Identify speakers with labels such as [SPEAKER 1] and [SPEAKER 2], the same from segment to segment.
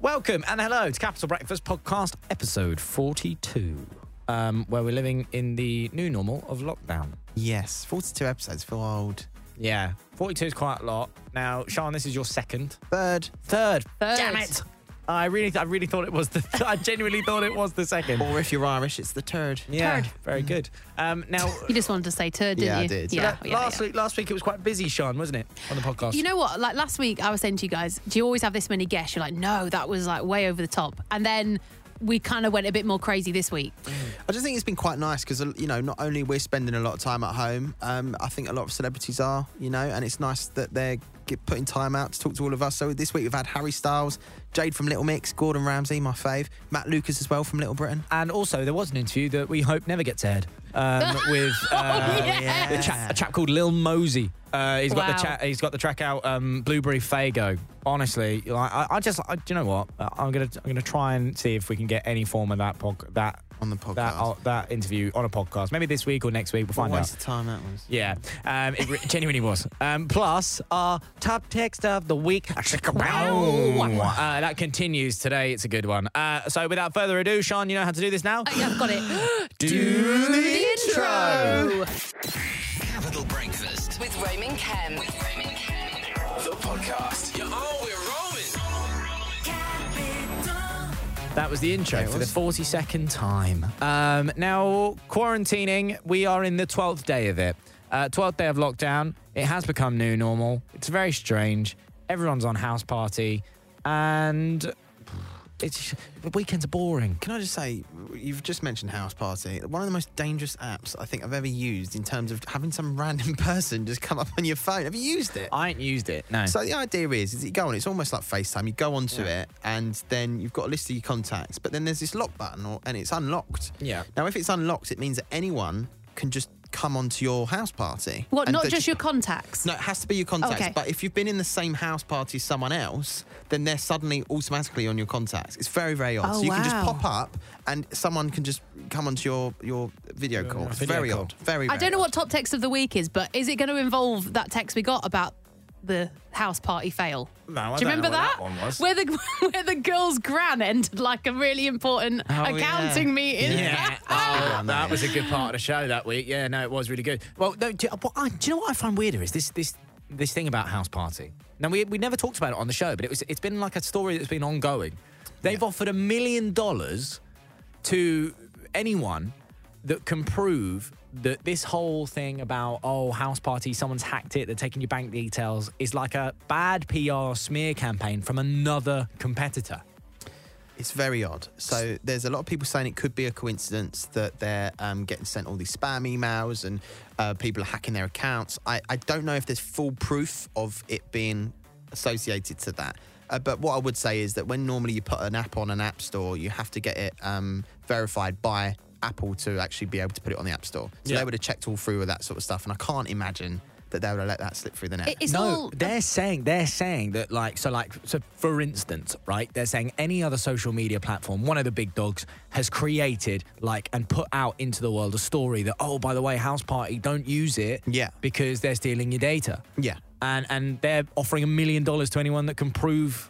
[SPEAKER 1] Welcome and hello to Capital Breakfast Podcast, episode 42, um, where we're living in the new normal of lockdown.
[SPEAKER 2] Yes, 42 episodes. Feel old.
[SPEAKER 1] Yeah, 42 is quite a lot. Now, Sean, this is your second.
[SPEAKER 2] Third.
[SPEAKER 1] Third.
[SPEAKER 3] Third.
[SPEAKER 1] Damn it. I really, I really thought it was the. I genuinely thought it was the second.
[SPEAKER 2] Or if you're Irish, it's the turd.
[SPEAKER 1] Yeah, very good. Um, now,
[SPEAKER 3] You just wanted to say turd, didn't
[SPEAKER 2] Yeah, I
[SPEAKER 3] you?
[SPEAKER 2] did.
[SPEAKER 3] Yeah, yeah,
[SPEAKER 1] last
[SPEAKER 3] yeah.
[SPEAKER 1] week, last week it was quite busy, Sean, wasn't it, on the podcast?
[SPEAKER 3] You know what? Like last week, I was saying to you guys, do you always have this many guests? You're like, no, that was like way over the top. And then we kind of went a bit more crazy this week.
[SPEAKER 2] I just think it's been quite nice because, you know, not only we're spending a lot of time at home, um, I think a lot of celebrities are, you know, and it's nice that they're get putting time out to talk to all of us. So this week we've had Harry Styles, Jade from Little Mix, Gordon Ramsay, my fave, Matt Lucas as well from Little Britain.
[SPEAKER 1] And also, there was an interview that we hope never gets aired um, with
[SPEAKER 3] Oh,
[SPEAKER 1] uh,
[SPEAKER 3] yes.
[SPEAKER 1] a, chap, a chap called Lil Mosey. Uh, he's got the
[SPEAKER 3] Wow.
[SPEAKER 1] chat. He's got the track out. Um, Blueberry Fago. Honestly, like, I, I just, I, do you know what? Uh, I'm gonna, I'm gonna try and see if we can get any form of that pod, that
[SPEAKER 2] On the
[SPEAKER 1] that
[SPEAKER 2] podcast.
[SPEAKER 1] that interview on a podcast. Maybe this week or next week. We'll find
[SPEAKER 2] what a
[SPEAKER 1] out.
[SPEAKER 2] waste of time that was.
[SPEAKER 1] Yeah, um, it re- genuinely was. Um, plus, our top text of the week. Uh, that continues today. It's a good one. Uh, so, without further ado, Sean, you know how to do this now?
[SPEAKER 3] Oh, yeah, I've got it.
[SPEAKER 1] Do
[SPEAKER 3] The intro.
[SPEAKER 4] Capital Breakfast.
[SPEAKER 5] with Roman Ken. With Roman Ken.
[SPEAKER 4] The podcast. Yeah, oh, we're rolling.
[SPEAKER 1] That was the intro
[SPEAKER 2] There it
[SPEAKER 1] for the
[SPEAKER 2] was.
[SPEAKER 1] 42nd time. Um, now, quarantining, we are in the 12th day of it. Uh, 12th day of lockdown. It has become new normal. It's very strange. Everyone's on house party. And it's weekends are boring.
[SPEAKER 2] Can I just say, you've just mentioned House Party. One of the most dangerous apps I think I've ever used in terms of having some random person just come up on your phone. Have you used it?
[SPEAKER 1] I ain't used it. No.
[SPEAKER 2] So the idea is, is you go on. It's almost like FaceTime. You go onto it, and then you've got a list of your contacts. But then there's this lock button, or, and it's unlocked.
[SPEAKER 1] Yeah.
[SPEAKER 2] Now, if it's unlocked, it means that anyone can just come onto your house party.
[SPEAKER 3] What?
[SPEAKER 2] And
[SPEAKER 3] Not
[SPEAKER 2] that-
[SPEAKER 3] just your contacts?
[SPEAKER 2] No, it has to be your contacts.
[SPEAKER 3] Okay.
[SPEAKER 2] But if you've been in the same house party as someone else, then they're suddenly automatically on your contacts. It's very, very odd.
[SPEAKER 3] Oh,
[SPEAKER 2] so you can just
[SPEAKER 3] wow.
[SPEAKER 2] pop up, and someone can just come onto your your video call. It's
[SPEAKER 1] video
[SPEAKER 2] very
[SPEAKER 1] call.
[SPEAKER 2] odd. Very.
[SPEAKER 3] I
[SPEAKER 2] very
[SPEAKER 3] don't know
[SPEAKER 2] odd.
[SPEAKER 3] what top text of the week is, but is it going to involve that text we got about the house party fail?
[SPEAKER 1] No, I
[SPEAKER 3] Do you
[SPEAKER 1] don't know
[SPEAKER 3] remember
[SPEAKER 1] what
[SPEAKER 3] that?
[SPEAKER 1] that one was.
[SPEAKER 3] Where the where the girl's gran entered like a really important
[SPEAKER 2] yeah.
[SPEAKER 3] accounting meeting.
[SPEAKER 1] Oh, Yeah.
[SPEAKER 2] Ah.
[SPEAKER 1] Oh, that was a good part of the show that week. Yeah, no, it was really good. Well, no, do, what I, do you know what I find weirder is this this this thing about house party. Now we we never talked about it on the show, but it was it's been like a story that's been ongoing. They've offered a million dollars to anyone that can prove that this whole thing about oh house party someone's hacked it they're taking your bank details is like a bad PR smear campaign from another competitor.
[SPEAKER 2] It's very odd. So there's a lot of people saying it could be a coincidence that they're um, getting sent all these spam emails and uh, people are hacking their accounts. I, I don't know if there's full proof of it being associated to that. Uh, but what I would say is that when normally you put an app on an app store, you have to get it um, verified by Apple to actually be able to put it on the app store. So
[SPEAKER 1] Yeah.
[SPEAKER 2] they would have checked all through with that sort of stuff, and I can't imagine that they would have let that slip through the net.
[SPEAKER 3] It- It's
[SPEAKER 1] no,
[SPEAKER 3] all
[SPEAKER 1] they're saying they're saying that like so like so for instance, right? They're saying any other social media platform, one of the big dogs, has created like and put out into the world a story that oh by the way, house party, don't use it,
[SPEAKER 2] Yeah.
[SPEAKER 1] because they're stealing your data,
[SPEAKER 2] Yeah.
[SPEAKER 1] and and they're offering a million dollars to anyone that can prove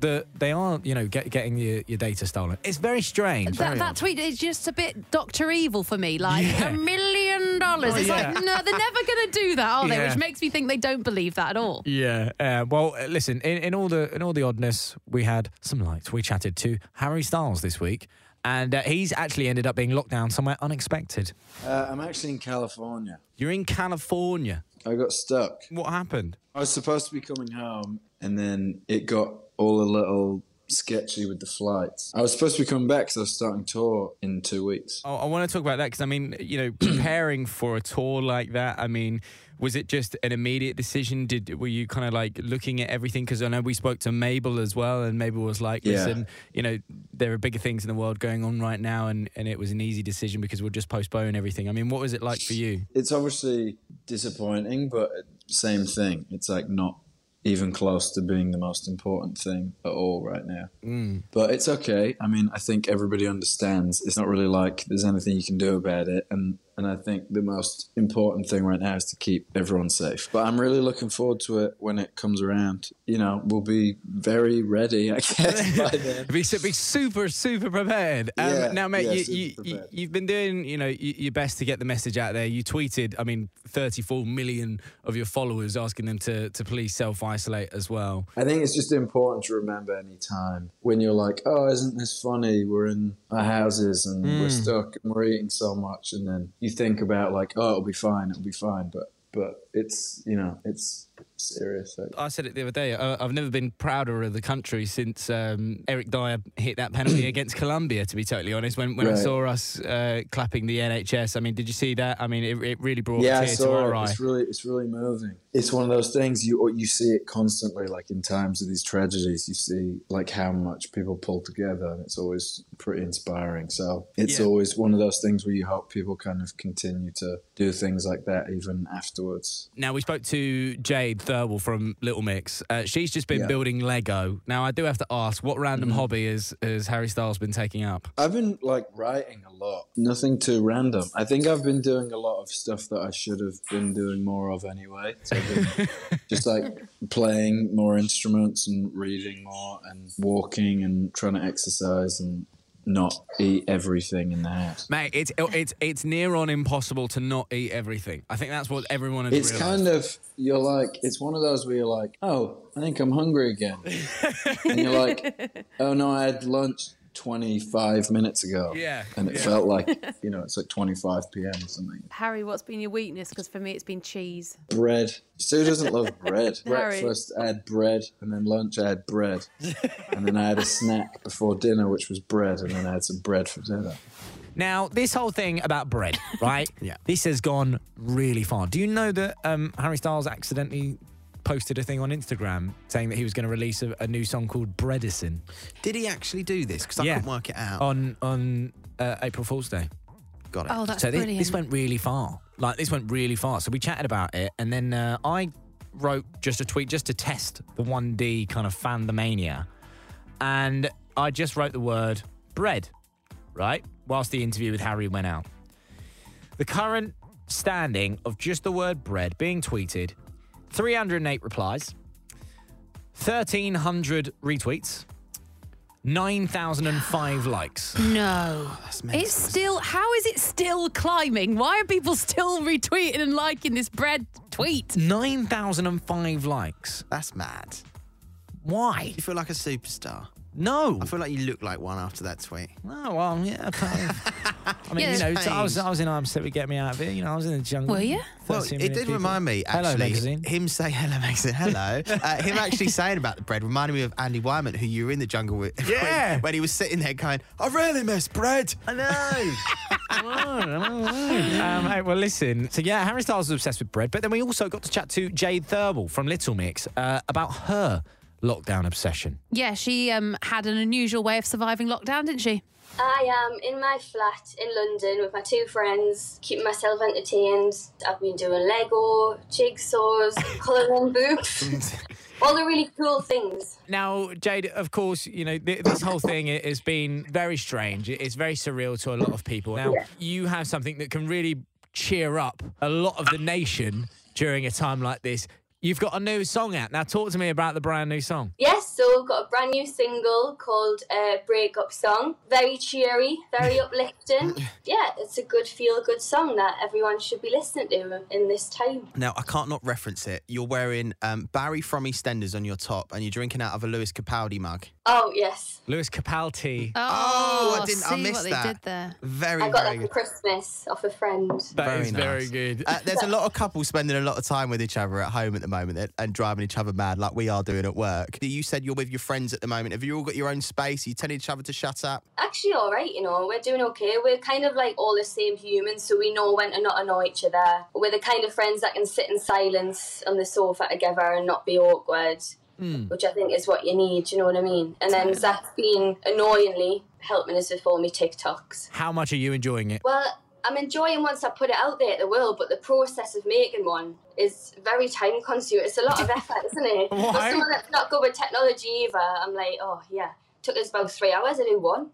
[SPEAKER 1] that they are you know get, getting your, your data stolen. It's very strange.
[SPEAKER 3] that, that tweet is just a bit Doctor Evil for me. Like
[SPEAKER 1] Yeah.
[SPEAKER 3] a million dollars. It's
[SPEAKER 1] yeah.
[SPEAKER 3] like no, they're never going to do that, are they?
[SPEAKER 1] Yeah.
[SPEAKER 3] Which makes me think they don't believe that at all.
[SPEAKER 1] Yeah. Uh, well, uh, listen. In, in all the in all the oddness, we had some light. We chatted to Harry Styles this week, and uh, he's actually ended up being locked down somewhere unexpected.
[SPEAKER 6] Uh, I'm actually in California.
[SPEAKER 1] You're in California.
[SPEAKER 6] I got stuck.
[SPEAKER 1] What happened?
[SPEAKER 6] I was supposed to be coming home, and then it got all a little sketchy with the flights. I was supposed to be coming back because I was starting tour in two weeks.
[SPEAKER 1] Oh, I want to talk about that because I mean, you know, preparing for a tour like that. I mean, was it just an immediate decision? Did were you kind of like looking at everything? Because I know we spoke to Mabel as well, and Mabel was like,
[SPEAKER 6] Yeah.
[SPEAKER 1] "Listen, you know, there are bigger things in the world going on right now," and and it was an easy decision because we'll just postpone everything. I mean, what was it like for you?
[SPEAKER 6] It's obviously disappointing, but same thing. It's like not even close to being the most important thing at all right now. But it's okay. I mean, I think everybody understands. It's not really like there's anything you can do about it. And And I think the most important thing right now is to keep everyone safe. But I'm really looking forward to it when it comes around. You know, we'll be very ready, I guess, by then.
[SPEAKER 1] be, su- be super, super prepared. Um,
[SPEAKER 6] Yeah,
[SPEAKER 1] now, mate,
[SPEAKER 6] yeah,
[SPEAKER 1] you,
[SPEAKER 6] super
[SPEAKER 1] you, you,
[SPEAKER 6] prepared.
[SPEAKER 1] you've been doing, you know, y- your best to get the message out there. You tweeted, I mean, 34 million of your followers asking them to, to please self-isolate as well.
[SPEAKER 6] I think it's just important to remember any time when you're like, oh, isn't this funny? We're in our houses and we're stuck and we're eating so much. And then you think about, like, oh, it'll be fine, it'll be fine. But, but it's, you know, it's serious. Like,
[SPEAKER 1] I said it the other day. I, I've never been prouder of the country since um, Eric Dyer hit that penalty against Colombia. To be totally honest, when when I
[SPEAKER 6] Right.
[SPEAKER 1] saw us uh, clapping the NHS, I mean, did you see that? I mean, it, it really brought
[SPEAKER 6] yeah,
[SPEAKER 1] a
[SPEAKER 6] I
[SPEAKER 1] tear
[SPEAKER 6] saw
[SPEAKER 1] to our
[SPEAKER 6] it.
[SPEAKER 1] eye.
[SPEAKER 6] It's really, it's really moving. It's one of those things you you see it constantly, like in times of these tragedies, you see like how much people pull together, and it's always pretty inspiring. So it's
[SPEAKER 1] Yeah.
[SPEAKER 6] always one of those things where you hope people kind of continue to do things like that even afterwards.
[SPEAKER 1] Now we spoke to Jade Thirlwall from Little Mix. Uh, she's just been
[SPEAKER 6] Yeah.
[SPEAKER 1] building Lego. Now I do have to ask, what random
[SPEAKER 2] Mm-hmm.
[SPEAKER 1] hobby has has Harry Styles been taking up?
[SPEAKER 6] I've been like writing a lot. Nothing too random. I think I've been doing a lot of stuff that I should have been doing more of anyway. So I've been just like playing more instruments and reading more and walking and trying to exercise and not eat everything in the house.
[SPEAKER 1] Mate, it's it's it's near on impossible to not eat everything. I think that's what everyone has
[SPEAKER 6] It's
[SPEAKER 1] realized.
[SPEAKER 6] kind of you're like it's one of those where you're like, oh, I think I'm hungry again, and you're like, oh no, I had lunch 25 minutes ago,
[SPEAKER 1] Yeah,
[SPEAKER 6] and it
[SPEAKER 1] yeah.
[SPEAKER 6] felt like you know it's like 25 p.m. or something.
[SPEAKER 7] Harry, what's been your weakness? Because for me, it's been cheese.
[SPEAKER 6] bread. Sue doesn't love bread.
[SPEAKER 7] Harry.
[SPEAKER 6] Breakfast, I had bread, and then lunch, I had bread, and then I had a snack before dinner, which was bread, and then I had some bread for dinner.
[SPEAKER 1] Now, this whole thing about bread, right?
[SPEAKER 2] Yeah.
[SPEAKER 1] This has gone really far. Do you know that um, Harry Styles accidentally posted a thing on Instagram saying that he was going to release a, a new song called Bredison?
[SPEAKER 2] Did he actually do this? Because I couldn't work it out.
[SPEAKER 1] On, on uh, April Fool's Day.
[SPEAKER 2] Got it.
[SPEAKER 3] Oh, that's
[SPEAKER 1] so thi-
[SPEAKER 3] brilliant.
[SPEAKER 1] this went really far. Like, this went really far. So we chatted about it, and then uh, I wrote just a tweet just to test the 1D kind of fan the mania. And I just wrote the word bread, right? Whilst the interview with Harry went out. The current standing of just the word bread being tweeted 308 replies, 1,300 retweets, 9,005 likes.
[SPEAKER 3] No. It's still, how is it still climbing? Why are people still retweeting and liking this bread tweet?
[SPEAKER 1] 9,005 likes.
[SPEAKER 2] That's mad.
[SPEAKER 1] Why?
[SPEAKER 2] You feel like a superstar.
[SPEAKER 1] No.
[SPEAKER 2] I feel like you look like one after that tweet.
[SPEAKER 1] No, well, yeah. kind of. I mean,
[SPEAKER 3] Yeah,
[SPEAKER 1] you know,
[SPEAKER 2] it's
[SPEAKER 1] so I was
[SPEAKER 2] changed.
[SPEAKER 1] I was in Arm City, get me out of here. You know, I was in the jungle.
[SPEAKER 3] Were you?
[SPEAKER 2] Well,
[SPEAKER 1] 13
[SPEAKER 2] it
[SPEAKER 1] million
[SPEAKER 2] did
[SPEAKER 1] people.
[SPEAKER 2] remind me actually.
[SPEAKER 1] Hello, magazine.
[SPEAKER 2] Him saying hello, magazine. Hello. uh, him actually saying about the bread reminded me of Andy Wyman, who you were in the jungle with. when-
[SPEAKER 1] Yeah.
[SPEAKER 2] When, he was sitting there going, "I really miss bread."
[SPEAKER 1] I know. um, hey, well, listen. So yeah, Harry Styles is obsessed with bread, but then we also got to chat to Jade Thirlwall from Little Mix uh, about her lockdown obsession.
[SPEAKER 3] Yeah, she um, had an unusual way of surviving lockdown, didn't she?
[SPEAKER 8] I am in my flat in London with my two friends, keeping myself entertained. I've been doing Lego, jigsaws, colouring books, all the really cool things.
[SPEAKER 1] Now, Jade, of course, you know th- this whole thing i- has been very strange. It- It's very surreal to a lot of people. Now, you have something that can really cheer up a lot of the nation during a time like this. You've got a new song out. Now, talk to me about the brand new song.
[SPEAKER 8] Yes, so I've got a brand new single called uh, Break Up Song. Very cheery, very uplifting. Yeah, it's a good feel good song that everyone should be listening to in this time.
[SPEAKER 2] Now I can't not reference it. You're wearing um, Barry from EastEnders on your top, and you're drinking out of a Lewis Capaldi mug.
[SPEAKER 8] Oh, yes.
[SPEAKER 1] Lewis Capaldi.
[SPEAKER 2] Oh, I didn't.
[SPEAKER 3] see
[SPEAKER 2] I missed
[SPEAKER 3] what they
[SPEAKER 2] that.
[SPEAKER 3] did there.
[SPEAKER 2] Very,
[SPEAKER 8] I got
[SPEAKER 2] very
[SPEAKER 8] that for
[SPEAKER 2] good.
[SPEAKER 8] Christmas off a friend.
[SPEAKER 1] That is
[SPEAKER 2] nice.
[SPEAKER 1] very good.
[SPEAKER 2] Uh, there's a lot of couples spending a lot of time with each other at home at the moment and- and driving each other mad, like we are doing at work. You said you're with your friends at the moment. Have you all got your own space? Are you telling each other to shut up?
[SPEAKER 8] actually all right you know we're doing okay we're kind of like all the same humans so we know when to not annoy each other we're the kind of friends that can sit in silence on the sofa together and not be awkward which i think is what you need you know what i mean and then zach's been annoyingly helping us with all my tiktoks
[SPEAKER 1] How much are you enjoying it?
[SPEAKER 8] well i'm enjoying once i put it out there the world but the process of making one is very time consuming it's a lot of effort isn't it For
[SPEAKER 1] Why?
[SPEAKER 8] someone that's not good with technology either i'm like oh yeah took us about three hours to do one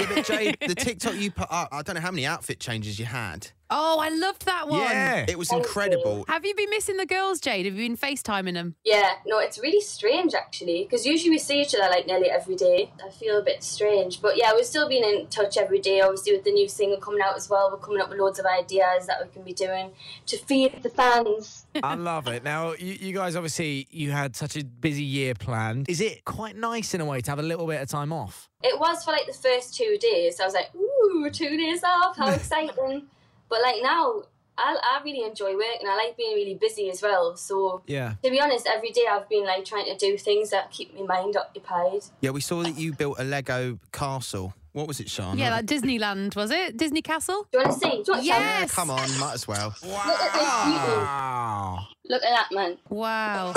[SPEAKER 2] Yeah, but Jade, the TikTok you put up, I don't know how many outfit changes you had.
[SPEAKER 3] Oh, I loved that one.
[SPEAKER 1] Yeah.
[SPEAKER 2] It was incredible.
[SPEAKER 3] Have you been missing the girls, Jade? Have you been FaceTiming them?
[SPEAKER 8] Yeah, no, it's really strange actually, because usually we see each other like nearly every day. I feel a bit strange, but yeah, we've still been in touch every day. Obviously, with the new single coming out as well, we're coming up with loads of ideas that we can be doing to feed the fans.
[SPEAKER 1] I love it. Now, you, you guys obviously you had such a busy year planned. Is it quite nice in a way to have a little bit of time off?
[SPEAKER 8] It was for like the first two days. I was like, ooh, two days off, how exciting! but like now, I, I really enjoy work and I like being really busy as well. So
[SPEAKER 1] Yeah.
[SPEAKER 8] to be honest, every day I've been like trying to do things that keep my mind occupied.
[SPEAKER 2] Yeah, we saw that you built a Lego castle. What was it, Sean?
[SPEAKER 3] Yeah, that Disneyland, was it? Disney Castle?
[SPEAKER 8] Do you want to see? Do you want to try?
[SPEAKER 3] Yes.
[SPEAKER 2] Come on, might as well.
[SPEAKER 8] Look at this beauty.
[SPEAKER 1] Wow.
[SPEAKER 8] Look at that man.
[SPEAKER 3] Wow.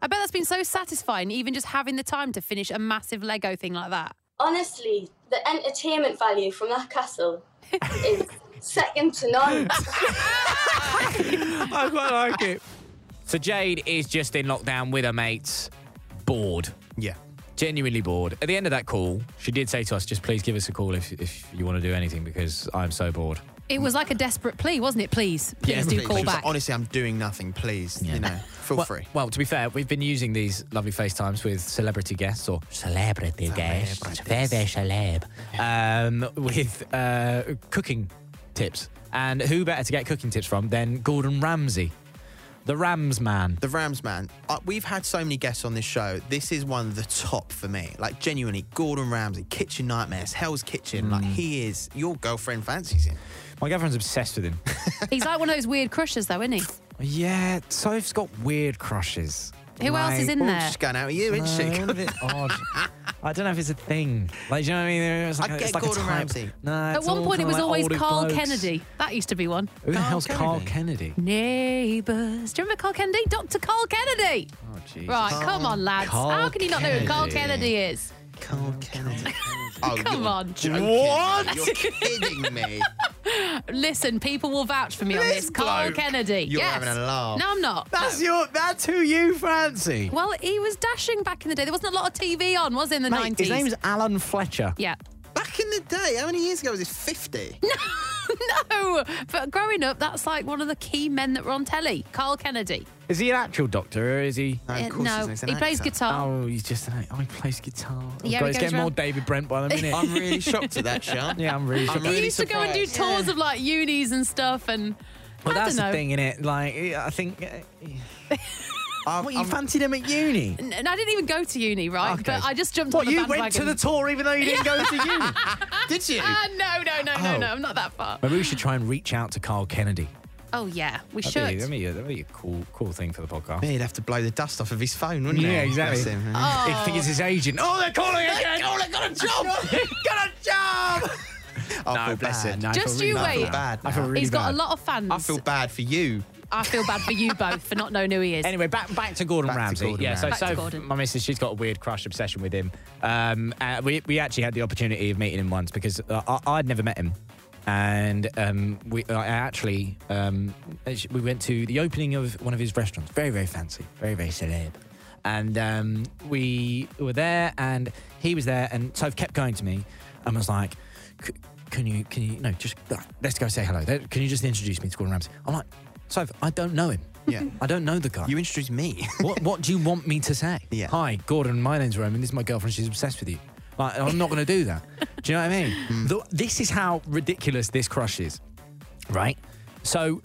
[SPEAKER 3] I bet that's been so satisfying, even just having the time to finish a massive Lego thing like that.
[SPEAKER 8] honestly, the entertainment value from that castle is second to none.
[SPEAKER 1] I quite like it. So Jade is just in lockdown with her mates, bored,
[SPEAKER 2] Yeah.
[SPEAKER 1] genuinely bored. At the end of that call, she did say to us, "Just please give us a call if if you want to do anything because I'm so bored."
[SPEAKER 3] It was like a desperate plea, wasn't it? Please, please do
[SPEAKER 2] Please,
[SPEAKER 3] call
[SPEAKER 2] please.
[SPEAKER 3] back.
[SPEAKER 2] Honestly, I'm doing nothing, please. You know, feel
[SPEAKER 1] well,
[SPEAKER 2] free.
[SPEAKER 1] Well, to be fair, we've been using these lovely FaceTimes with celebrity guests or celebrity guests, very, very celeb, um, with uh, cooking tips. And who better to get cooking tips from than Gordon Ramsay, the Rams man?
[SPEAKER 2] The Rams man. Uh, we've had so many guests on this show. This is one of the top for me. Like genuinely, Gordon Ramsay, Kitchen Nightmares, Hell's Kitchen. Like
[SPEAKER 1] Mm.
[SPEAKER 2] he is. Your girlfriend fancies him.
[SPEAKER 1] My girlfriend's obsessed with him.
[SPEAKER 3] He's like one of those weird crushes, though, isn't he?
[SPEAKER 1] yeah, Soph's got weird crushes.
[SPEAKER 3] Who else is in
[SPEAKER 2] Oh,
[SPEAKER 3] there?
[SPEAKER 2] she's going out with you,
[SPEAKER 1] No,
[SPEAKER 2] isn't she?
[SPEAKER 1] all of it odd. I don't know if it's a thing. Like, do you know what I mean? It's like
[SPEAKER 2] I
[SPEAKER 1] a-
[SPEAKER 2] get
[SPEAKER 1] it's like
[SPEAKER 2] Gordon
[SPEAKER 1] a type.
[SPEAKER 2] Ramsay.
[SPEAKER 1] No,
[SPEAKER 3] At
[SPEAKER 1] it's
[SPEAKER 3] one
[SPEAKER 1] all
[SPEAKER 3] point, it
[SPEAKER 1] kinda
[SPEAKER 3] was
[SPEAKER 1] like
[SPEAKER 3] always
[SPEAKER 1] older
[SPEAKER 3] Carl
[SPEAKER 1] blokes.
[SPEAKER 3] Kennedy. That used to be one.
[SPEAKER 1] Who the
[SPEAKER 2] Carl
[SPEAKER 1] hell's Carl Kennedy?
[SPEAKER 3] Neighbours. Do you remember Carl Kennedy? Dr. Carl Kennedy.
[SPEAKER 1] Oh, Jesus.
[SPEAKER 3] Right, come on, lads.
[SPEAKER 1] Carl
[SPEAKER 3] How can you not know who Carl
[SPEAKER 1] Kennedy.
[SPEAKER 3] Kennedy is?
[SPEAKER 2] Carl Kennedy. Oh,
[SPEAKER 3] Come
[SPEAKER 2] you're
[SPEAKER 3] on.
[SPEAKER 2] Joking.
[SPEAKER 1] What?
[SPEAKER 2] You're kidding me.
[SPEAKER 3] Listen, people will vouch for me on
[SPEAKER 2] This
[SPEAKER 3] this. Carl
[SPEAKER 2] bloke.
[SPEAKER 3] Kennedy.
[SPEAKER 2] You're
[SPEAKER 3] yes.
[SPEAKER 2] having a laugh.
[SPEAKER 3] No, I'm not.
[SPEAKER 1] That's your. That's who you fancy.
[SPEAKER 3] Well, he was dashing back in the day. There wasn't a lot of TV on, was there, in the
[SPEAKER 1] Mate,
[SPEAKER 3] 90s?
[SPEAKER 1] his name's Alan Fletcher.
[SPEAKER 3] Yeah.
[SPEAKER 2] Back in the day, how many years ago was this? 50?
[SPEAKER 3] no, Oh, but growing up, that's like one of the key men that were on telly, Carl Kennedy.
[SPEAKER 1] Is he an actual doctor or is he?
[SPEAKER 2] No,
[SPEAKER 3] Uh, no,
[SPEAKER 2] Oh, he's an
[SPEAKER 3] he plays
[SPEAKER 2] actor.
[SPEAKER 3] guitar.
[SPEAKER 1] Oh, he's just an. Oh, he plays guitar. God,
[SPEAKER 3] Yeah, he
[SPEAKER 1] he's
[SPEAKER 3] goes
[SPEAKER 1] getting more
[SPEAKER 3] round-
[SPEAKER 1] David Brent by the minute.
[SPEAKER 2] I'm really shocked at that, Sean.
[SPEAKER 1] yeah, I'm really.
[SPEAKER 2] I'm
[SPEAKER 1] shocked.
[SPEAKER 3] he
[SPEAKER 2] really
[SPEAKER 3] used to go and do
[SPEAKER 2] surprised.
[SPEAKER 3] tours of like unis and stuff, and
[SPEAKER 1] Well,
[SPEAKER 3] I
[SPEAKER 1] that's
[SPEAKER 3] don't know.
[SPEAKER 1] the thing, in it. Like, I think. uh,
[SPEAKER 2] I'm-
[SPEAKER 1] What you
[SPEAKER 2] I'm-
[SPEAKER 1] fancied him at uni?
[SPEAKER 3] And I didn't even go to uni, right?
[SPEAKER 1] Okay.
[SPEAKER 3] But I just jumped
[SPEAKER 1] What
[SPEAKER 3] on the
[SPEAKER 1] you went to
[SPEAKER 3] bandwagon.
[SPEAKER 1] the tour even though you didn't go to uni?
[SPEAKER 2] Did you?
[SPEAKER 3] Ah, no, no, no,
[SPEAKER 1] Oh.
[SPEAKER 3] no, no. I'm not that far.
[SPEAKER 1] Maybe we should try and reach out to Carl Kennedy.
[SPEAKER 3] Oh yeah, we
[SPEAKER 1] That'd be,
[SPEAKER 3] should.
[SPEAKER 1] that'd be a, that'd be a cool, cool thing for the podcast.
[SPEAKER 2] He'd have to blow the dust off of his phone, wouldn't he?
[SPEAKER 1] Yeah, exactly.
[SPEAKER 2] Bless him.
[SPEAKER 3] Oh.
[SPEAKER 1] I think it's his agent. Oh, they're calling again. Oh, they got a job. got a job.
[SPEAKER 2] I feel bad.
[SPEAKER 1] I
[SPEAKER 3] Just
[SPEAKER 1] feel
[SPEAKER 3] you
[SPEAKER 1] really
[SPEAKER 2] I
[SPEAKER 1] bad.
[SPEAKER 3] wait.
[SPEAKER 2] feel bad.
[SPEAKER 1] I feel
[SPEAKER 2] now.
[SPEAKER 1] really
[SPEAKER 3] He's got
[SPEAKER 1] bad.
[SPEAKER 3] a lot of fans.
[SPEAKER 2] I feel bad for you.
[SPEAKER 3] I feel bad for you both for not knowing who he is.
[SPEAKER 1] Anyway, back back to Gordon
[SPEAKER 2] Back to
[SPEAKER 1] Ramsay.
[SPEAKER 2] Gordon
[SPEAKER 1] yeah, so,
[SPEAKER 3] Ramsay. Back to
[SPEAKER 1] so
[SPEAKER 3] Gordon.
[SPEAKER 1] my missus, she's got a weird crush obsession with him. Um, uh, we we actually had the opportunity of meeting him once because uh, I, I'd never met him, and um, we I actually um, actu- we went to the opening of one of his restaurants. Very very fancy, very very celeb. And um, we were there, and he was there, and Soph kept going to me, and was like, "C- "Can you, can you, no, just uh, let's go say hello. Let- Can you just introduce me to Gordon Ramsay?" I'm like, "Soph, I don't know him.
[SPEAKER 2] Yeah.
[SPEAKER 1] I don't know the guy.
[SPEAKER 2] You introduced me.
[SPEAKER 1] What What do you want me to say?
[SPEAKER 2] Yeah.
[SPEAKER 1] Hi, Gordon. My name's Roman. This is my girlfriend. She's obsessed with you. Like, I'm not going to do that. Do you know what I mean?
[SPEAKER 2] Hmm.
[SPEAKER 1] Th- this is how ridiculous this crush is, right? So,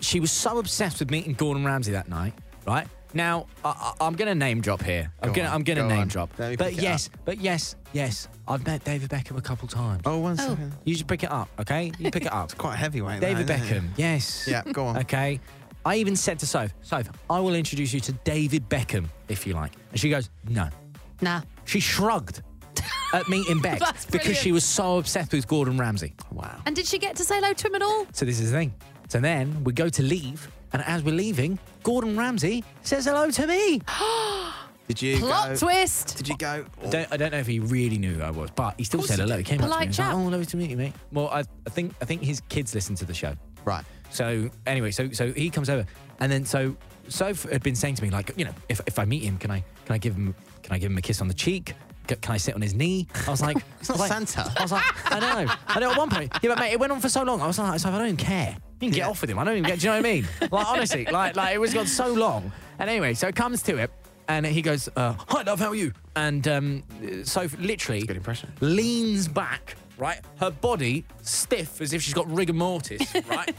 [SPEAKER 1] she was so obsessed with meeting Gordon Ramsay that night, right? Now, I, I, I'm going to name drop here. I'm
[SPEAKER 2] Go
[SPEAKER 1] going to
[SPEAKER 2] on,
[SPEAKER 1] I'm going to
[SPEAKER 2] go
[SPEAKER 1] name
[SPEAKER 2] on.
[SPEAKER 1] drop.
[SPEAKER 2] Let me
[SPEAKER 1] But
[SPEAKER 2] pick it
[SPEAKER 1] yes, but yes, yes. I've met David Beckham a couple times.
[SPEAKER 2] oh, one second.
[SPEAKER 1] You should pick it up, okay? You pick it up.
[SPEAKER 2] Quite a heavyweight.
[SPEAKER 1] David
[SPEAKER 2] though, isn't it?
[SPEAKER 1] Beckham. Yes.
[SPEAKER 2] Yeah, go on.
[SPEAKER 1] Okay. I even said to Soph, Soph, I will introduce you to David Beckham if you like. And she goes, no.
[SPEAKER 3] nah.
[SPEAKER 1] She shrugged at meeting Beck
[SPEAKER 3] That's
[SPEAKER 1] because she
[SPEAKER 3] brilliant.
[SPEAKER 1] was so obsessed with Gordon Ramsay. Wow.
[SPEAKER 3] And did she get to say hello to him at all?
[SPEAKER 1] So this is the thing. So then we go to leave, and as we're leaving, Gordon Ramsay says hello to me.
[SPEAKER 2] Did you
[SPEAKER 3] Plot
[SPEAKER 2] go?
[SPEAKER 3] twist.
[SPEAKER 2] Did you go?
[SPEAKER 1] I don't, I don't know if he really knew who I was, but he still
[SPEAKER 2] course
[SPEAKER 1] said
[SPEAKER 2] he
[SPEAKER 1] hello. He
[SPEAKER 2] did.
[SPEAKER 1] came up to me.
[SPEAKER 3] Polite
[SPEAKER 1] and was like,
[SPEAKER 3] chap.
[SPEAKER 1] oh, hello to meet you, mate. Well, I, I think I think his kids listen to the show.
[SPEAKER 2] Right.
[SPEAKER 1] So anyway, so so he comes over, and then so Soph had been saying to me like, you know, if, if I meet him, can I can I give him can I give him a kiss on the cheek? C- Can I sit on his knee? I was like, it's
[SPEAKER 2] not
[SPEAKER 1] like,
[SPEAKER 2] Santa.
[SPEAKER 1] I was like, I don't know. I know at one point, yeah, but mate, it went on for so long. I was like, Soph, I don't care. You can get off with him. I don't even get. Do you know what I mean? Like honestly, like like it was gone so long. And anyway, so it comes to it, and he goes, uh, "Hi, love, how are you?" And um, so literally,
[SPEAKER 2] good impression.
[SPEAKER 1] Leans back, right? Her body stiff as if she's got rigor mortis, right?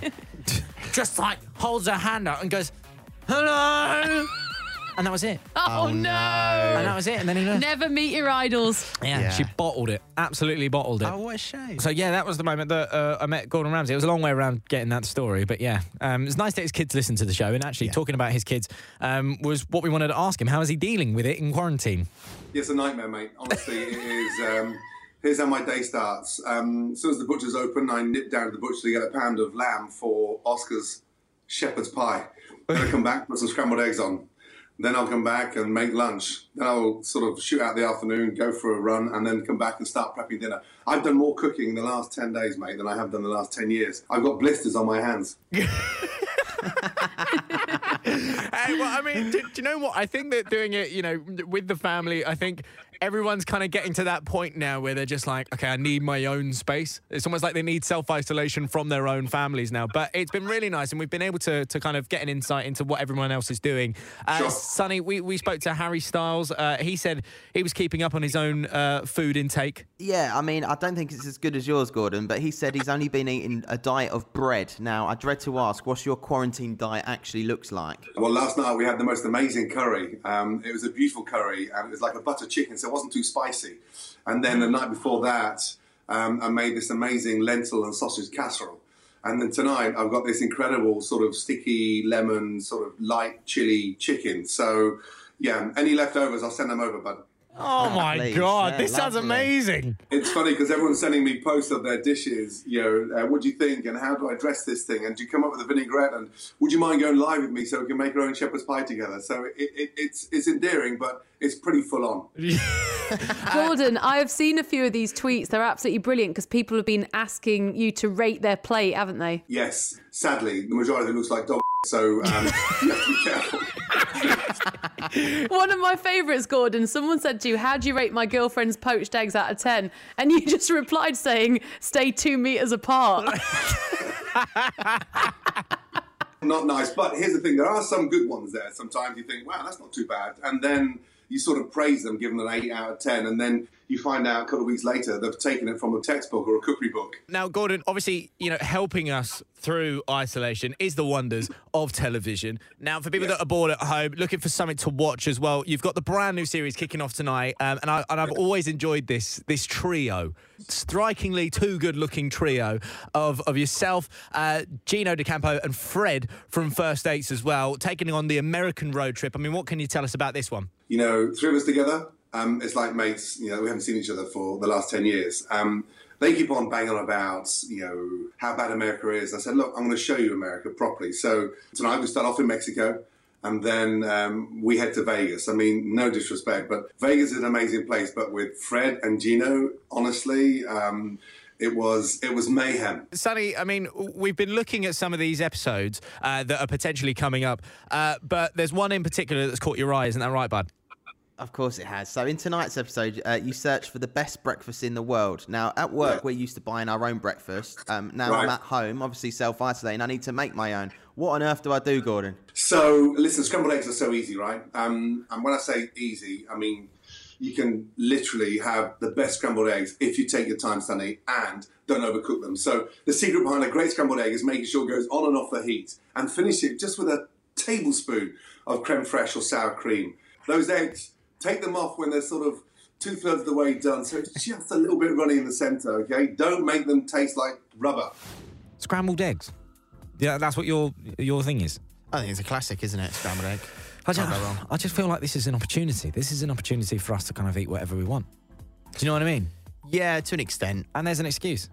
[SPEAKER 1] Just like holds her hand out and goes, "Hello," and that was it.
[SPEAKER 9] Oh, no.
[SPEAKER 1] And that was it. And then he left.
[SPEAKER 9] Never meet your idols.
[SPEAKER 1] Yeah,
[SPEAKER 2] Yeah.
[SPEAKER 1] she bottled it. Absolutely bottled it.
[SPEAKER 2] Oh, what a shame.
[SPEAKER 1] So yeah, that was the moment that uh, I met Gordon Ramsay. It was a long way around getting that story, but yeah, um, it's nice that his kids listen to the show. And actually, talking about his kids um, was what we wanted to ask him. How is he dealing with it in quarantine?
[SPEAKER 10] It's a nightmare, mate. Honestly, it is. Um, here's how my day starts. Um, as soon as the butcher's open, I nip down to the butcher to get a pound of lamb for Oscar's shepherd's pie. Then I come back, put some scrambled eggs on. Then I'll come back and make lunch. Then I'll sort of shoot out the afternoon, go for a run, and then come back and start prepping dinner. I've done more cooking in the last 10 days, mate, than I have done the last 10 years. I've got blisters on my hands.
[SPEAKER 1] Hey, well, I mean, do, do you know what? I think that doing it, you know, with the family, I think everyone's kind of getting to that point now where they're just like, okay, I need my own space. It's almost like they need self isolation from their own families now. But it's been really nice, and we've been able to, to kind of get an insight into what everyone else is doing. Uh,
[SPEAKER 10] Sure.
[SPEAKER 1] Sonny, we, we spoke to Harry Styles. Uh, he said he was keeping up on his own uh, food intake.
[SPEAKER 11] Yeah, I mean, I don't think it's as good as yours, Gordon, but he said he's only been eating a diet of bread. Now, I dread to ask, what's your quarantine diet actually looks like?
[SPEAKER 10] Well, last night we had the most amazing curry. Um, it was a beautiful curry, and it was like a butter chicken, so it wasn't too spicy. And then the night before that, um, I made this amazing lentil and sausage casserole. And then tonight, I've got this incredible sort of sticky lemon, sort of light chili chicken. So, yeah, any leftovers, I'll send them over, bud.
[SPEAKER 1] Oh my
[SPEAKER 11] Please,
[SPEAKER 1] God,
[SPEAKER 11] yeah,
[SPEAKER 1] this sounds
[SPEAKER 11] lovely.
[SPEAKER 1] amazing.
[SPEAKER 10] It's funny because everyone's sending me posts of their dishes. You know, uh, what do you think? And how do I dress this thing? And do you come up with a vinaigrette? And would you mind going live with me so we can make our own shepherd's pie together? So it, it, it's it's endearing, but it's pretty full on.
[SPEAKER 3] Gordon, I have seen a few of these tweets. They're absolutely brilliant because people have been asking you to rate their plate, haven't they?
[SPEAKER 10] Yes, sadly, the majority of it looks like dog. So um, you have to be careful.
[SPEAKER 3] One of my favourites, Gordon, someone said to you, How do you rate my girlfriend's poached eggs out of 10? And you just replied saying, Stay two metres apart.
[SPEAKER 10] not nice. But here's the thing: there are some good ones there. Sometimes you think, "Wow, that's not too bad," and then you sort of praise them, give them an eight out of ten, and then you find out a couple of weeks later they've taken it from a textbook or a cookery book.
[SPEAKER 1] Now, Gordon, obviously, you know, helping us through isolation is the wonders of television. Now, for people that are bored at home, looking for something to watch as well, you've got the brand new series kicking off tonight, um, and, I, and I've always enjoyed this this trio, strikingly too good-looking trio of of yourself, uh, Gino De Campo, and Fred from First Dates as well, taking on the American road trip. I mean, what can you tell us about this one?
[SPEAKER 10] you know, three of us together, um, it's like mates, you know, we haven't seen each other for the last 10 years. Um, they keep on banging about, you know, how bad America is. I said, look, I'm going to show you America properly. So tonight we start off in Mexico and then um, we head to Vegas. I mean, no disrespect, but Vegas is an amazing place. But with Fred and Gino, honestly, um, it was it was mayhem.
[SPEAKER 1] Sunny, I mean, we've been looking at some of these episodes uh, that are potentially coming up, uh, but there's one in particular that's caught your eye, isn't that right, bud?
[SPEAKER 11] Of course it has. So in tonight's episode, uh, you search for the best breakfast in the world. Now at work, we're used to buying our own breakfast. Um, now I'm
[SPEAKER 10] Right.
[SPEAKER 11] at home, obviously self-isolating. I need to make my own. What on earth do I do, Gordon?
[SPEAKER 10] So, listen, scrambled eggs are so easy, right? Um, and when I say easy, I mean you can literally have the best scrambled eggs if you take your time, Sunny, and don't overcook them. So, the secret behind a great scrambled egg is making sure it goes on and off the heat, and finish it just with a tablespoon of creme fraiche or sour cream. Those eggs, take them off when they're sort of two thirds of the way done, so it's just a little bit runny in the centre. Okay, don't make them taste like rubber.
[SPEAKER 1] Scrambled eggs. Yeah, that's what your your thing is.
[SPEAKER 2] I think it's a classic, isn't it? Scrambled egg.
[SPEAKER 1] I
[SPEAKER 2] Can't
[SPEAKER 1] just,
[SPEAKER 2] go wrong.
[SPEAKER 1] I just feel like this is an opportunity. This is an opportunity for us to kind of eat whatever we want. Do you know what I mean?
[SPEAKER 2] Yeah, to an extent.
[SPEAKER 1] And there's an excuse.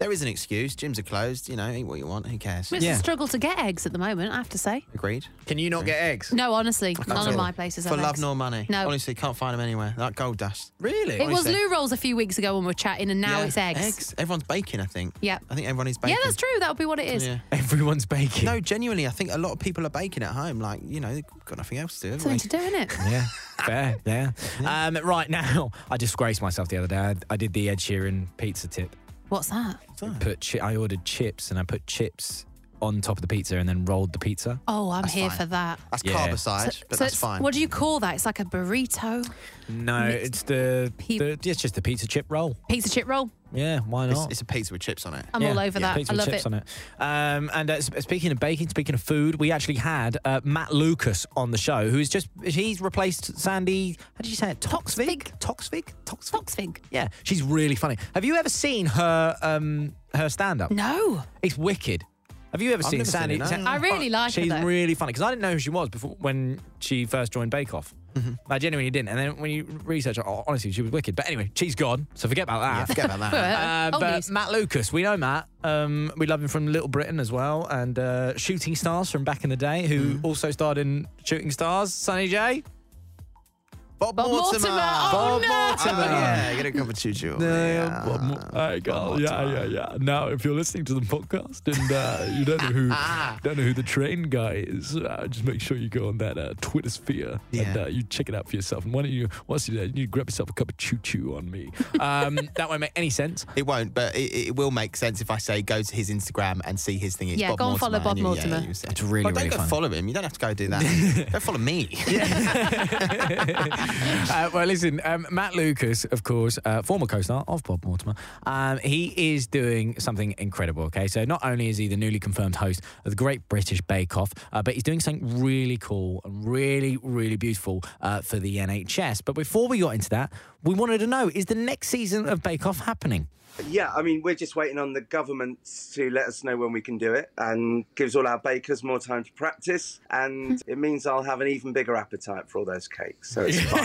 [SPEAKER 2] There is an excuse. Gyms are closed. You know, eat what you want. Who cares?
[SPEAKER 9] It's
[SPEAKER 1] Yeah.
[SPEAKER 9] a struggle to get eggs at the moment, I have to say.
[SPEAKER 2] Agreed.
[SPEAKER 1] Can you not get eggs?
[SPEAKER 9] No, honestly, none of
[SPEAKER 2] tell.
[SPEAKER 9] my places
[SPEAKER 2] For
[SPEAKER 9] have
[SPEAKER 2] love
[SPEAKER 9] eggs.
[SPEAKER 2] nor money.
[SPEAKER 9] No.
[SPEAKER 2] Honestly, can't find them anywhere. Like gold dust.
[SPEAKER 1] Really?
[SPEAKER 9] It was
[SPEAKER 2] honestly.
[SPEAKER 9] loo rolls a few weeks ago when we were chatting, and now
[SPEAKER 2] Yeah.
[SPEAKER 9] it's eggs.
[SPEAKER 2] Everyone's baking, I think.
[SPEAKER 9] Yeah.
[SPEAKER 2] I think everyone is baking.
[SPEAKER 9] Yeah, that's true. That would be what it is.
[SPEAKER 2] Yeah.
[SPEAKER 1] Everyone's baking.
[SPEAKER 2] No, genuinely, I think a lot of people are baking at home. Like, you know, they've got nothing else to do. have
[SPEAKER 9] Something
[SPEAKER 2] they?
[SPEAKER 9] to do, innit?
[SPEAKER 1] Yeah, fair, yeah. Um, right now, I disgraced myself the other day. I, I did the Ed Sheeran pizza tip.
[SPEAKER 9] What's that?
[SPEAKER 1] put chi- I ordered chips and I put chips on top of the pizza and then rolled the pizza.
[SPEAKER 3] Oh, I'm here for that.
[SPEAKER 1] That's Yeah. carbicide, but that's
[SPEAKER 3] it's-
[SPEAKER 1] fine.
[SPEAKER 3] What do you call that? It's like a burrito,
[SPEAKER 1] No, it's the, the it's just the pizza chip roll.
[SPEAKER 3] pizza chip roll.
[SPEAKER 1] Yeah, why
[SPEAKER 2] It's-
[SPEAKER 1] not?
[SPEAKER 2] it's a pizza with chips on it.
[SPEAKER 3] I'm all over that.
[SPEAKER 1] Pizza
[SPEAKER 3] I
[SPEAKER 1] with
[SPEAKER 3] love
[SPEAKER 1] chips
[SPEAKER 3] it.
[SPEAKER 1] on it. Um, and uh, s- speaking of baking, speaking of food, we actually had uh, Matt Lucas on the show, who's just he's replaced Sandy. How did you say it? Toxvig. Toxvig. Toxvig.
[SPEAKER 3] Toxvig.
[SPEAKER 1] Yeah, she's really funny. Have you ever seen her um, her stand up?
[SPEAKER 3] No.
[SPEAKER 1] It's wicked. Have you ever
[SPEAKER 2] I've
[SPEAKER 1] seen
[SPEAKER 2] never seen
[SPEAKER 1] Sandy?
[SPEAKER 2] it, no.
[SPEAKER 1] Sa-
[SPEAKER 3] I really like her,
[SPEAKER 1] She's
[SPEAKER 3] though.
[SPEAKER 1] really funny because I didn't know who she was before when she first joined Bake Off.
[SPEAKER 2] Mm-hmm.
[SPEAKER 1] I genuinely didn't. And then when you research her, oh, honestly, she was wicked. But anyway, she's gone, so forget about that.
[SPEAKER 2] Yeah, forget about that.
[SPEAKER 1] Uh,
[SPEAKER 2] Old
[SPEAKER 1] but
[SPEAKER 2] news.
[SPEAKER 1] Matt Lucas, we know Matt. Um, we love him from Little Britain as well, and uh, Shooting Stars from back in the day, who
[SPEAKER 2] Mm.
[SPEAKER 1] also starred in Shooting Stars. Sunny J.
[SPEAKER 2] Bob,
[SPEAKER 1] Mortimer. Oh,
[SPEAKER 2] Bob
[SPEAKER 1] no. Oh,
[SPEAKER 2] Mortimer. yeah, get a cup of choo-choo. Yeah.
[SPEAKER 1] um, Hey, girl. Yeah, yeah, yeah. Now, if you're listening to the podcast and uh, you don't know who
[SPEAKER 11] Ah.
[SPEAKER 1] don't know who the train guy is, uh, just make sure you go on that uh, Twitter sphere and uh, you check it out for yourself. And why don't you once you do that, you grab yourself a cup of choo choo on me. Um, that won't make any sense.
[SPEAKER 2] It won't, but it, it will make sense if I say go to his Instagram and see his thing. It's
[SPEAKER 3] Yeah,
[SPEAKER 2] Bob
[SPEAKER 3] go and
[SPEAKER 2] Mortimer,
[SPEAKER 3] follow Bob
[SPEAKER 2] you-
[SPEAKER 3] Mortimer.
[SPEAKER 2] you say-
[SPEAKER 1] It's really,
[SPEAKER 2] Well, don't
[SPEAKER 1] really
[SPEAKER 2] go
[SPEAKER 1] funny.
[SPEAKER 2] follow him. You don't have to go do that. go follow me.
[SPEAKER 1] uh, well, listen, um, Matt Lucas, of course, uh, former co-star of Bob Mortimer, um, he is doing something incredible. Okay, so not only is he the newly confirmed host of the Great British Bake Off, uh, but he's doing something really cool and really, really beautiful uh, for the NHS. But before we got into that, we wanted to know: is the next season of Bake Off happening?
[SPEAKER 10] Yeah, I mean, we're just waiting on the government to let us know when we can do it and gives all our bakers more time to practice. And it means I'll have an even bigger appetite for all those cakes. So it's fine.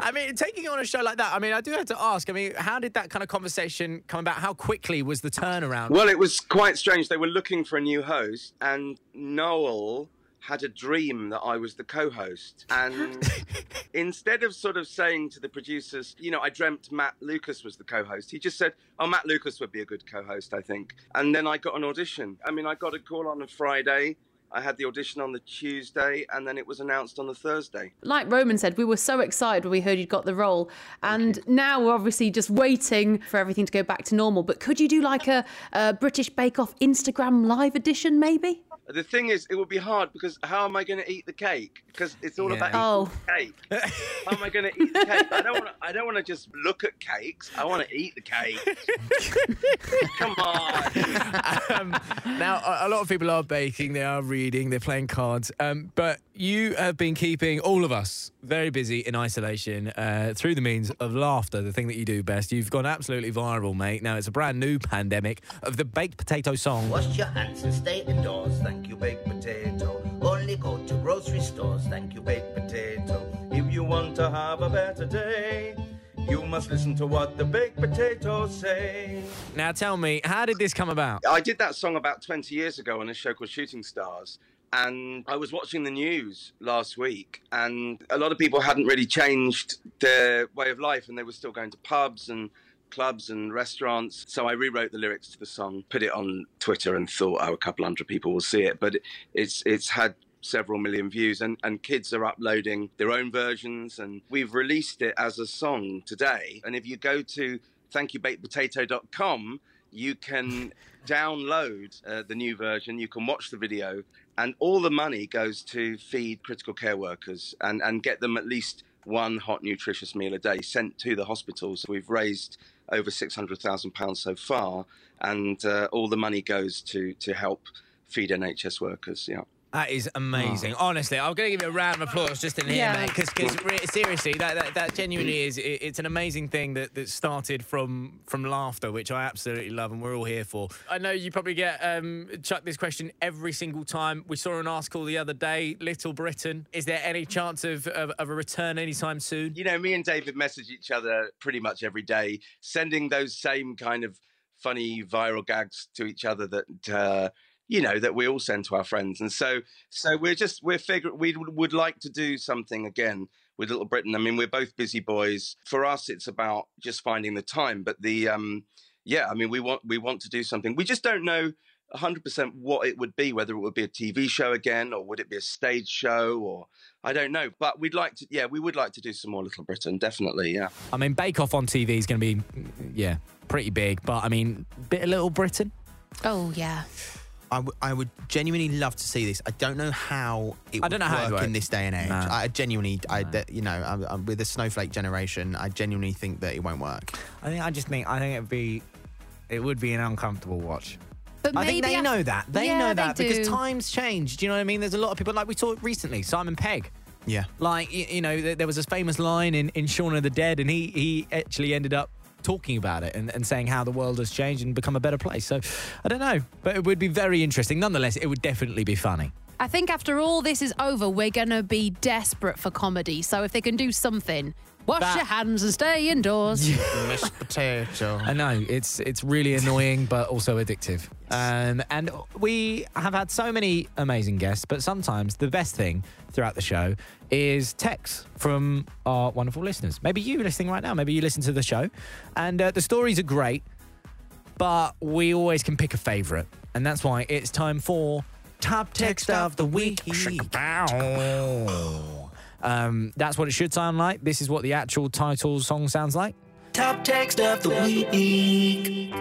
[SPEAKER 1] I mean, taking on a show like that, I mean, I do have to ask. I mean, how did that kind of conversation come about? How quickly was the turnaround?
[SPEAKER 10] Well, it was quite strange. They were looking for a new host, and Noel had a dream that I was the co host. And instead of sort of saying to the producers, you know, I dreamt Matt Lucas was the co host, he just said, oh, Matt Lucas would be a good co host, I think. And then I got an audition. I mean, I got a call on a Friday. I had the audition on the Tuesday, and then it was announced on the Thursday.
[SPEAKER 7] like Roman said, we were so excited when we heard you'd got the role, and now we're obviously just waiting for everything to go back to normal. But could you do like a, a British Bake Off Instagram live edition, maybe?
[SPEAKER 10] The thing is, it will be hard because how am I going to eat the cake? Because it's all
[SPEAKER 7] Yeah.
[SPEAKER 10] about eating the cake. How am I going to eat the cake? I don't want. I don't want to just look at cakes. I want to eat the cake. Come on.
[SPEAKER 1] Um, now, a, a lot of people are baking, they are reading, they're playing cards. Um, but you have been keeping all of us very busy in isolation uh, through the means of laughter, the thing that you do best. You've gone absolutely viral, mate. Now, it's a brand new pandemic of the baked potato song.
[SPEAKER 12] Wash your hands and stay indoors. Thank you, baked potato. Only go to grocery stores. Thank you, baked potato. If you want to have a better day, you must listen to what the baked potatoes say.
[SPEAKER 1] Now, tell me, how did this come about?
[SPEAKER 10] I did that song about 20 years ago on a show called Shooting Stars. And I was watching the news last week, and a lot of people hadn't really changed their way of life, and they were still going to pubs and clubs and restaurants. So I rewrote the lyrics to the song, put it on Twitter, and thought, oh, a couple hundred people will see it. But it's it's had several million views, and, and kids are uploading their own versions, and we've released it as a song today. And if you go to thankyoubakedpotato.com, you can download uh, the new version, you can watch the video, and all the money goes to feed critical care workers and, and get them at least one hot, nutritious meal a day sent to the hospitals. We've raised over £600,000 so far, and uh, all the money goes to, to help feed NHS workers. Yeah.
[SPEAKER 1] That is amazing. Honestly, I'm going to give you a round of applause just in here,
[SPEAKER 10] Yeah.
[SPEAKER 1] mate. Because re- seriously, that, that, that genuinely is, it- it's an amazing thing that, that started from from laughter, which I absolutely love and we're all here for. I know you probably get um, chucked this question every single time. We saw an article the other day, Little Britain. Is there any chance of, of, of a return anytime soon?
[SPEAKER 10] You know, me and David message each other pretty much every day, sending those same kind of funny viral gags to each other that uh, you know that we all send to our friends. And so, so we're just we're figuring we would like to do something again with Little Britain. I mean, we're both busy boys. For us, it's about just finding the time. But the um, yeah, I mean, we want we want to do something. We just don't know 100% what it would be, whether it would be a TV show again or would it be a stage show or I don't know. But we'd like to, yeah, we would like to do some more Little Britain, definitely, yeah.
[SPEAKER 1] I mean, Bake Off on TV is going to be, yeah, pretty big. But I mean, bit of Little Britain.
[SPEAKER 3] Oh yeah.
[SPEAKER 2] I, w- I would genuinely love to see this. I don't know how it
[SPEAKER 1] I
[SPEAKER 2] would
[SPEAKER 1] don't know
[SPEAKER 2] work
[SPEAKER 1] how it'd
[SPEAKER 2] in
[SPEAKER 1] work.
[SPEAKER 2] this day and age.
[SPEAKER 1] No.
[SPEAKER 2] I genuinely, I that- you know, I'm, I'm with the snowflake generation, I genuinely think that it won't work.
[SPEAKER 1] I think I just think I think it'd be it would be an uncomfortable watch.
[SPEAKER 3] But
[SPEAKER 1] I think
[SPEAKER 3] maybe
[SPEAKER 1] they
[SPEAKER 3] I-
[SPEAKER 1] know that. They
[SPEAKER 3] Yeah,
[SPEAKER 1] know
[SPEAKER 3] they
[SPEAKER 1] that because
[SPEAKER 3] do.
[SPEAKER 1] times change. Do you know what I mean? There's a lot of people like we saw it recently, Simon Pegg.
[SPEAKER 2] Yeah.
[SPEAKER 1] Like you, you know, th- there was this famous line in in Shaun of the Dead, and he he actually ended up talking about it and, and saying how the world has changed and become a better place. So I don't know, but it would be very interesting. Nonetheless, it would definitely be funny.
[SPEAKER 3] I think after all this is over, we're going to be desperate for comedy. So if they can do something, wash
[SPEAKER 1] That-
[SPEAKER 3] your hands and stay indoors.
[SPEAKER 2] Mashed potato.
[SPEAKER 1] I know it's it's really annoying, but also addictive. Um, and we have had so many amazing guests, but sometimes the best thing throughout the show is texts from our wonderful listeners. Maybe you listening right now. Maybe you listen to the show, and uh, the stories are great, but we always can pick a favorite, and that's why it's time for top text of the week.
[SPEAKER 2] Oh.
[SPEAKER 1] Um, that's what it should sound like. This is what the actual title song sounds like.
[SPEAKER 13] Top text of the week.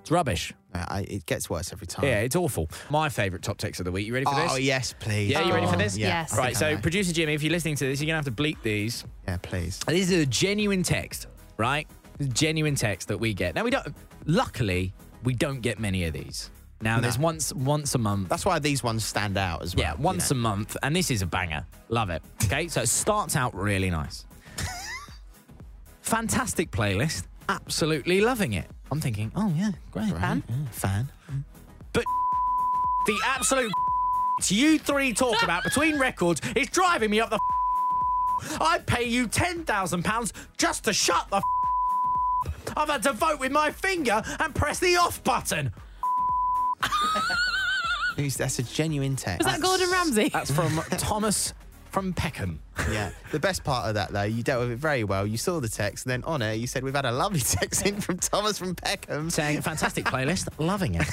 [SPEAKER 1] It's rubbish.
[SPEAKER 2] Uh, I, it gets worse every time.
[SPEAKER 1] Yeah, it's awful. My favourite top text of the week. You ready for this?
[SPEAKER 2] Oh, yes, please.
[SPEAKER 1] Yeah, you ready for
[SPEAKER 2] Oh,
[SPEAKER 1] this?
[SPEAKER 2] yeah. Yes.
[SPEAKER 1] Right,
[SPEAKER 2] I
[SPEAKER 1] so
[SPEAKER 2] know.
[SPEAKER 1] producer Jimmy, if you're listening to this, you're going to have to bleep these.
[SPEAKER 2] Yeah, please.
[SPEAKER 1] This is a genuine text, right? This is genuine text that we get. Now, we don't, luckily, we don't get many of these. Now,
[SPEAKER 2] No.
[SPEAKER 1] there's once once a month.
[SPEAKER 2] That's why these ones stand out as well.
[SPEAKER 1] Yeah, once a month. And this is a banger. Love it. Okay, so it starts out really nice. Fantastic playlist. Absolutely loving it. I'm thinking, oh, yeah, great. Fan?
[SPEAKER 2] Fan.
[SPEAKER 1] But the absolute you three talk about between records is driving me up the I pay you £10,000 just to shut the I've had to vote with my finger and press the off button.
[SPEAKER 2] Who's- That's a genuine text.
[SPEAKER 1] Ramsay? That's from Thomas from Peckham.
[SPEAKER 2] Yeah. The best part of that, though, you dealt with it very well. You saw the text, and then on air, you said, We've had a lovely text in from Thomas from Peckham.
[SPEAKER 1] Saying, Fantastic playlist, loving it.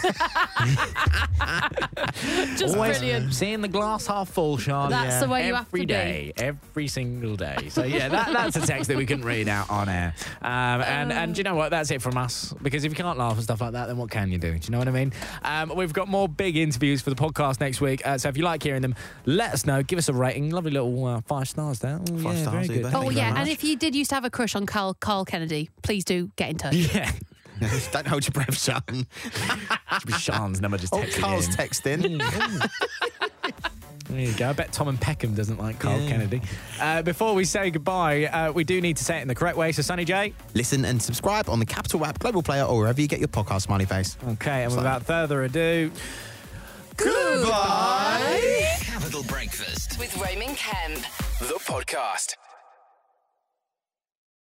[SPEAKER 3] Just
[SPEAKER 1] Always
[SPEAKER 3] brilliant.
[SPEAKER 1] Seeing the glass half full, Sean.
[SPEAKER 3] That's the way you have to
[SPEAKER 1] every
[SPEAKER 3] be.
[SPEAKER 1] day, every single day. So yeah, that, that's a text that we couldn't read out on air. Um, and and do you know what? That's it from us. Because if you can't laugh and stuff like that, then what can you do? Do you know what I mean? Um, we've got more big interviews for the podcast next week. Uh, so if you like hearing them, let us know. Give us a rating. Lovely little uh, five stars there. Oh, yeah, very
[SPEAKER 2] stars,
[SPEAKER 1] good.
[SPEAKER 2] Uber.
[SPEAKER 3] Oh, yeah. And if you did used to have a crush on Carl, Carl Kennedy, please do get in touch.
[SPEAKER 1] Yeah.
[SPEAKER 2] Don't hold your breath, Sean.
[SPEAKER 1] Should be Sean's number just
[SPEAKER 2] Oh,
[SPEAKER 1] texting
[SPEAKER 2] Carl's
[SPEAKER 1] in.
[SPEAKER 2] texting.
[SPEAKER 1] There you go. I bet Tom and Peckham doesn't like Carl Kennedy. Uh, before we say goodbye, uh, we do need to say it in the correct way. So, Sunny J.
[SPEAKER 2] Listen and subscribe on the Capital app, Global Player, or wherever you get your podcast, Smiley Face.
[SPEAKER 1] Okay, and without further ado,
[SPEAKER 5] Capital Breakfast.
[SPEAKER 13] With Raymond Kemp.
[SPEAKER 5] The podcast.